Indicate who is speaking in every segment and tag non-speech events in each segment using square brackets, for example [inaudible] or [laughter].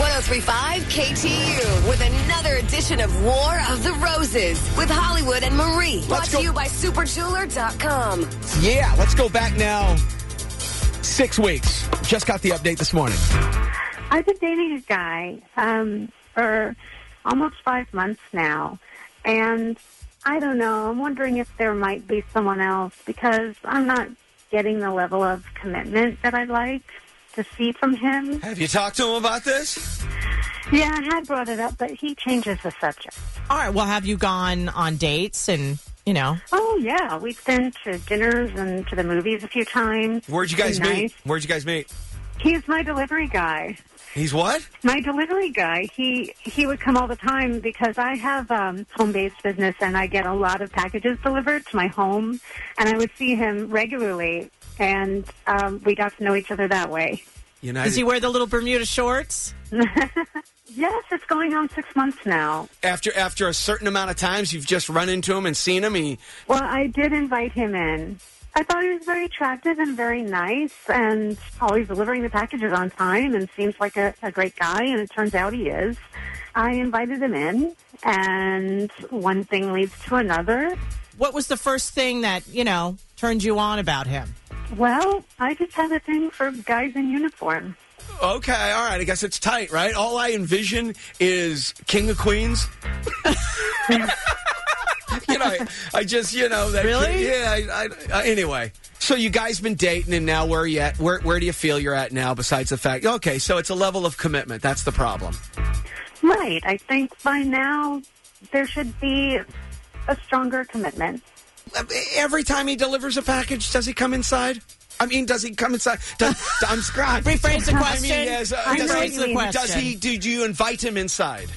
Speaker 1: 1035 KTU with another edition of War of the Roses with Hollywood and Marie. brought
Speaker 2: go.
Speaker 1: to you by superjeweler.com.
Speaker 2: Yeah, let's go back now six weeks. Just got the update this morning.
Speaker 3: I've been dating a guy um, for almost five months now, and I don't know. I'm wondering if there might be someone else because I'm not getting the level of commitment that I like to see from him.
Speaker 4: Have you talked to him about this?
Speaker 3: Yeah, I had brought it up, but he changes the subject.
Speaker 5: All right. Well, have you gone on dates and you know?
Speaker 3: Oh yeah, we've been to dinners and to the movies a few times.
Speaker 4: Where'd you guys
Speaker 3: Been
Speaker 4: meet?
Speaker 3: nice.
Speaker 4: Where'd you guys meet?
Speaker 3: He's my delivery guy.
Speaker 4: He's what?
Speaker 3: My delivery guy, he he would come all the time because I have um, home based business and I get a lot of packages delivered to my home, and I would see him regularly, and um, we got to know each other that way.
Speaker 4: United.
Speaker 5: Does he wear the little Bermuda shorts?
Speaker 3: Yes, it's going on six months now.
Speaker 4: after after a certain amount of times, you've just run into him and seen him. He
Speaker 3: Well, I did invite him in. I thought he was very attractive and very nice, and always delivering the packages on time, and seems like a, a great guy. And it turns out he is. I invited him in, and one thing leads to another.
Speaker 5: What was the first thing that you know turned you on about him?
Speaker 3: Well, I just have a thing for guys in uniform.
Speaker 4: okay, all right. I guess it's tight, right? All I envision is King of Queens. [laughs] you know, I, I just you know that
Speaker 5: Really?
Speaker 4: yeah. I, I, uh, anyway, so you guys been dating, and now where are you at? Where where do you feel you're at now? Besides the fact, okay, so it's a level of commitment. That's the problem.
Speaker 3: Right. I think by now there should be a stronger commitment.
Speaker 4: Every time he delivers a package, does he come inside? I mean, does he come inside?
Speaker 5: [laughs]
Speaker 4: Does, I'm scratched.
Speaker 5: Rephrase the
Speaker 4: I mean,
Speaker 5: question.
Speaker 4: yes, uh,
Speaker 3: I know what
Speaker 5: Rephrase
Speaker 3: you
Speaker 5: the
Speaker 3: mean.
Speaker 5: question.
Speaker 4: Does he? Do, do you invite him inside?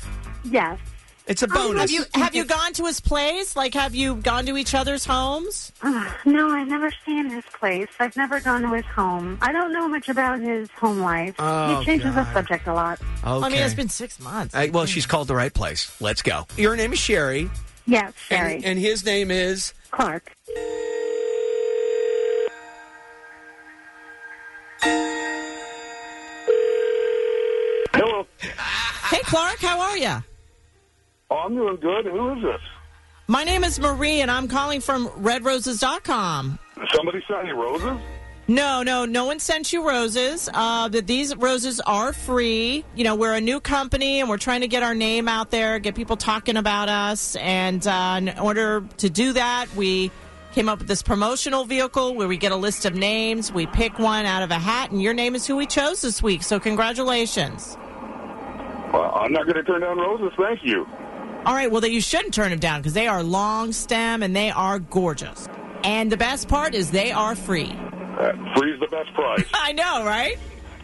Speaker 3: Yes.
Speaker 4: It's a
Speaker 3: not
Speaker 4: bonus.
Speaker 5: Have you have you gone to his place? Like, have you gone to each other's homes?
Speaker 3: Ah, No, I've never seen his place. I've never gone to his home. I don't know much about his home life.
Speaker 4: Oh,
Speaker 3: he changes
Speaker 4: God.
Speaker 3: the subject a lot.
Speaker 4: okay.
Speaker 5: I mean, it's been six months.
Speaker 4: I- well, she's called the right place. Let's go. Your name is Sherry,
Speaker 3: Yes,
Speaker 4: and-
Speaker 3: Sherry.
Speaker 4: And, his name is.
Speaker 3: Clark.
Speaker 6: Hello.
Speaker 5: hey, Clark, how are you?
Speaker 6: Oh, I'm doing good. Who is this?
Speaker 5: My name is Marie, and I'm calling from RedRoses.com.
Speaker 6: Somebody sent you roses?
Speaker 5: No, no, no one sent you roses. Uh, but these roses are free. You know, we're a new company and we're trying to get our name out there, get people talking about us. And uh, in order to do that, we came up with this promotional vehicle where we get a list of names, we pick one out of a hat, and your name is who we chose this week. So, congratulations.
Speaker 6: Well, I'm not going to turn down roses. Thank you.
Speaker 5: All right, well, then you shouldn't turn them down because they are long stem and they are gorgeous. And the best part is they are free.
Speaker 6: Uh, free's the best
Speaker 5: [laughs]
Speaker 6: price.
Speaker 5: I know, right?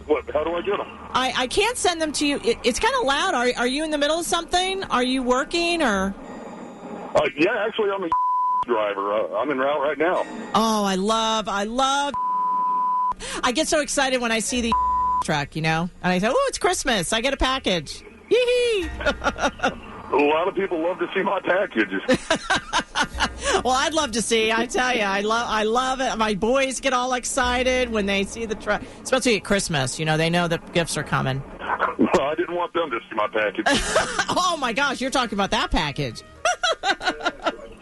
Speaker 6: what? How do I get them?
Speaker 5: I, I can't send them to you. It, it's kind of loud. Are, are you in the middle of something? Are you working or?
Speaker 6: Uh, yeah, actually, I'm a [laughs] driver. Uh, I'm en route right now.
Speaker 5: Oh, I love, I love. I get so excited when I see the truck, you know, and I say, "Oh, it's Christmas! I get a package." Yee
Speaker 6: A lot of people love to see my packages.
Speaker 5: Well, I'd love to see. I tell you, I love, I love it. My boys get all excited when they see the truck, especially at Christmas. You know, they know that gifts are coming.
Speaker 6: well, I didn't want them to see my package.
Speaker 5: Oh my gosh, you're talking about that package. [laughs]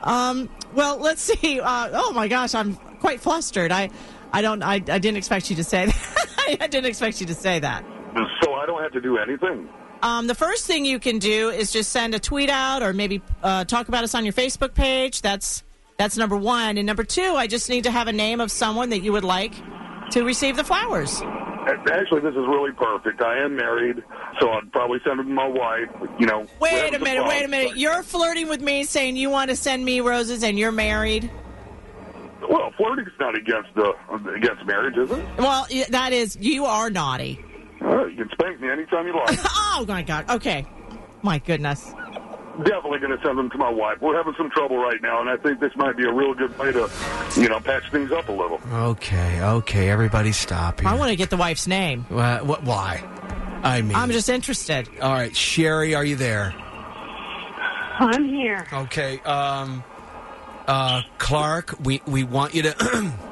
Speaker 5: um, well, let's see. Uh, oh my gosh, I'm quite flustered. I, I don't. I, I didn't expect you to say [laughs] that. I didn't expect you to say that.
Speaker 6: so I don't have to do anything.
Speaker 5: Um, the first thing you can do is just send a tweet out, or maybe uh, talk about us on your Facebook page. That's that's number one. And number two, I just need to have a name of someone that you would like to receive the flowers.
Speaker 6: A- Actually, this is really perfect. I am married, so I'd probably send them to my wife. You know. we're
Speaker 5: Wait a
Speaker 6: having some
Speaker 5: minute. Wait a
Speaker 6: problems,
Speaker 5: minute.
Speaker 6: but-
Speaker 5: You're flirting with me, saying you want to send me roses, and you're married.
Speaker 6: Well, flirting's not against the against marriage, is it?
Speaker 5: Well, y- that is, you are naughty. [laughs]
Speaker 6: Uh, you can spank me anytime
Speaker 4: [laughs]
Speaker 6: you like.
Speaker 5: Oh my god. Okay. My goodness.
Speaker 6: Definitely going to send them to my wife. We're having some trouble right now, and I think this might be a real good way to, you know, patch things up a little.
Speaker 4: Okay, okay. Everybody, stop here.
Speaker 5: I want to get the wife's name.
Speaker 4: Uh, what? Why? I mean,
Speaker 5: I'm just interested.
Speaker 4: All right, Sherry, are you there?
Speaker 3: I'm here.
Speaker 4: Okay. Um, uh, Clark, we we want you to. [clears throat]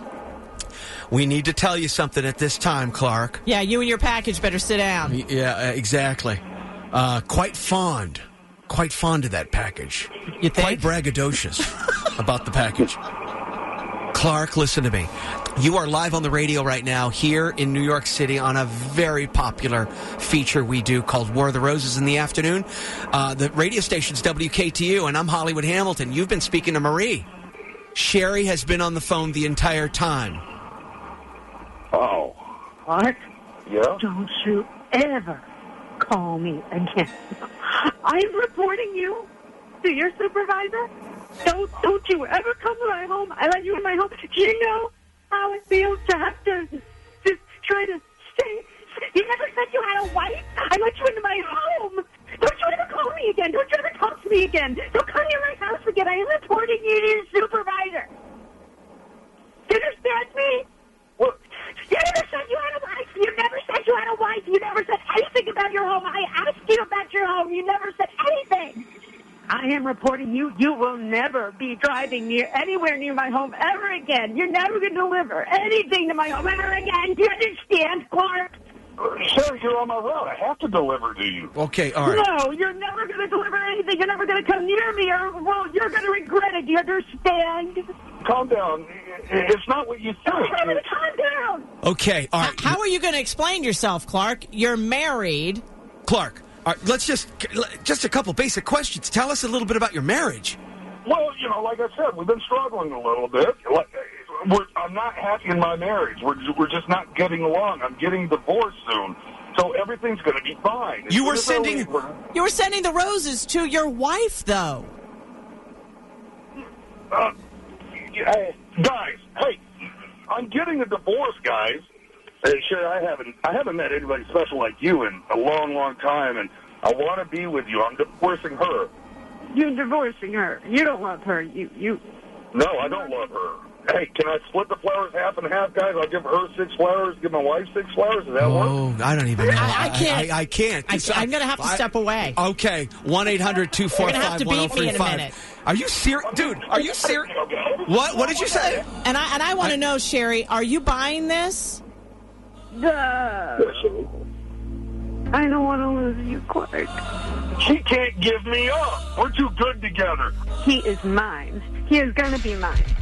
Speaker 4: We need to tell you something at this time, Clark.
Speaker 5: Yeah, you and your package better sit down.
Speaker 4: Y- Yeah, uh, exactly. Uh, quite fond, quite fond of that package.
Speaker 5: You
Speaker 4: Quite
Speaker 5: think?
Speaker 4: braggadocious about the package. Clark, listen to me. You are live on the radio right now here in New York City on a very popular feature we do called War of the Roses in the afternoon. Uh, the radio station's WKTU, and I'm Hollywood Hamilton. You've been speaking to Marie. Sherry has been on the phone the entire time.
Speaker 6: Oh,
Speaker 3: What?
Speaker 6: yeah.
Speaker 3: Don't you ever call me again. I'm reporting you to your supervisor. Don't don't you ever come to my home. I let you in my home. You know how it feels to have to just try to stay. You never said you had a wife. I let you into my home. Don't you ever call me again. Don't you ever talk to me again. Don't come near my house again. I am reporting you to your supervisor. Do you understand me?
Speaker 6: What?
Speaker 3: You never said you had a wife. You never said you had a wife. You never said anything about your home. I asked you about your home. You never said anything. I am reporting you. You will never be driving near anywhere near my home ever again. You're never going to deliver anything to my home ever again. Do you understand, Clark?
Speaker 6: Sir, you're on my route. I have to deliver to you.
Speaker 4: Okay, all right.
Speaker 3: No, you're never going to deliver anything. You're never going to come near me, or well, you're going to regret it. Do you understand?
Speaker 6: Calm down. I- I- It's not what you
Speaker 3: Don't
Speaker 6: think.
Speaker 3: tell me to calm down.
Speaker 4: Okay, all right.
Speaker 5: How are you going to explain yourself, Clark? You're married.
Speaker 4: Clark, all right, let's just just a couple basic questions. Tell us a little bit about your marriage.
Speaker 6: Well, you know, like I said, we've been struggling a little bit. Like, We're, I'm not happy in my marriage. We're, we're just not getting along. I'm getting divorced soon, so everything's going to be fine.
Speaker 4: You were
Speaker 6: It's really-
Speaker 4: sending-
Speaker 6: we're-
Speaker 5: You were sending the roses to your wife, though.
Speaker 6: Uh, hey, guys, hey, I'm getting a divorce, guys. Hey, sure, I haven't, I haven't met anybody special like you in a long, long time, and I want to be with you. I'm divorcing her.
Speaker 3: You're divorcing her. You don't love her. You you
Speaker 6: No, I don't love her. Hey, can I split the flowers half and half, guys? I'll give her six flowers, give my wife six flowers. Does that work?
Speaker 4: Oh, I don't even know.
Speaker 5: I- I can't.
Speaker 4: I, I can't. uh,
Speaker 5: I, I'm going to have to
Speaker 4: I-
Speaker 5: step away.
Speaker 4: Okay, 1 800
Speaker 5: have
Speaker 4: 245
Speaker 5: to beat me in a
Speaker 4: 1035.
Speaker 5: minute.
Speaker 4: Are you serious? Dude, are you serious? What? What did you say?
Speaker 5: And I and I want to know, Sherry, are you buying this?
Speaker 3: the I don't want to lose you, Clark.
Speaker 6: She can't give me up. We're too good together.
Speaker 3: He is mine. He is going to be mine.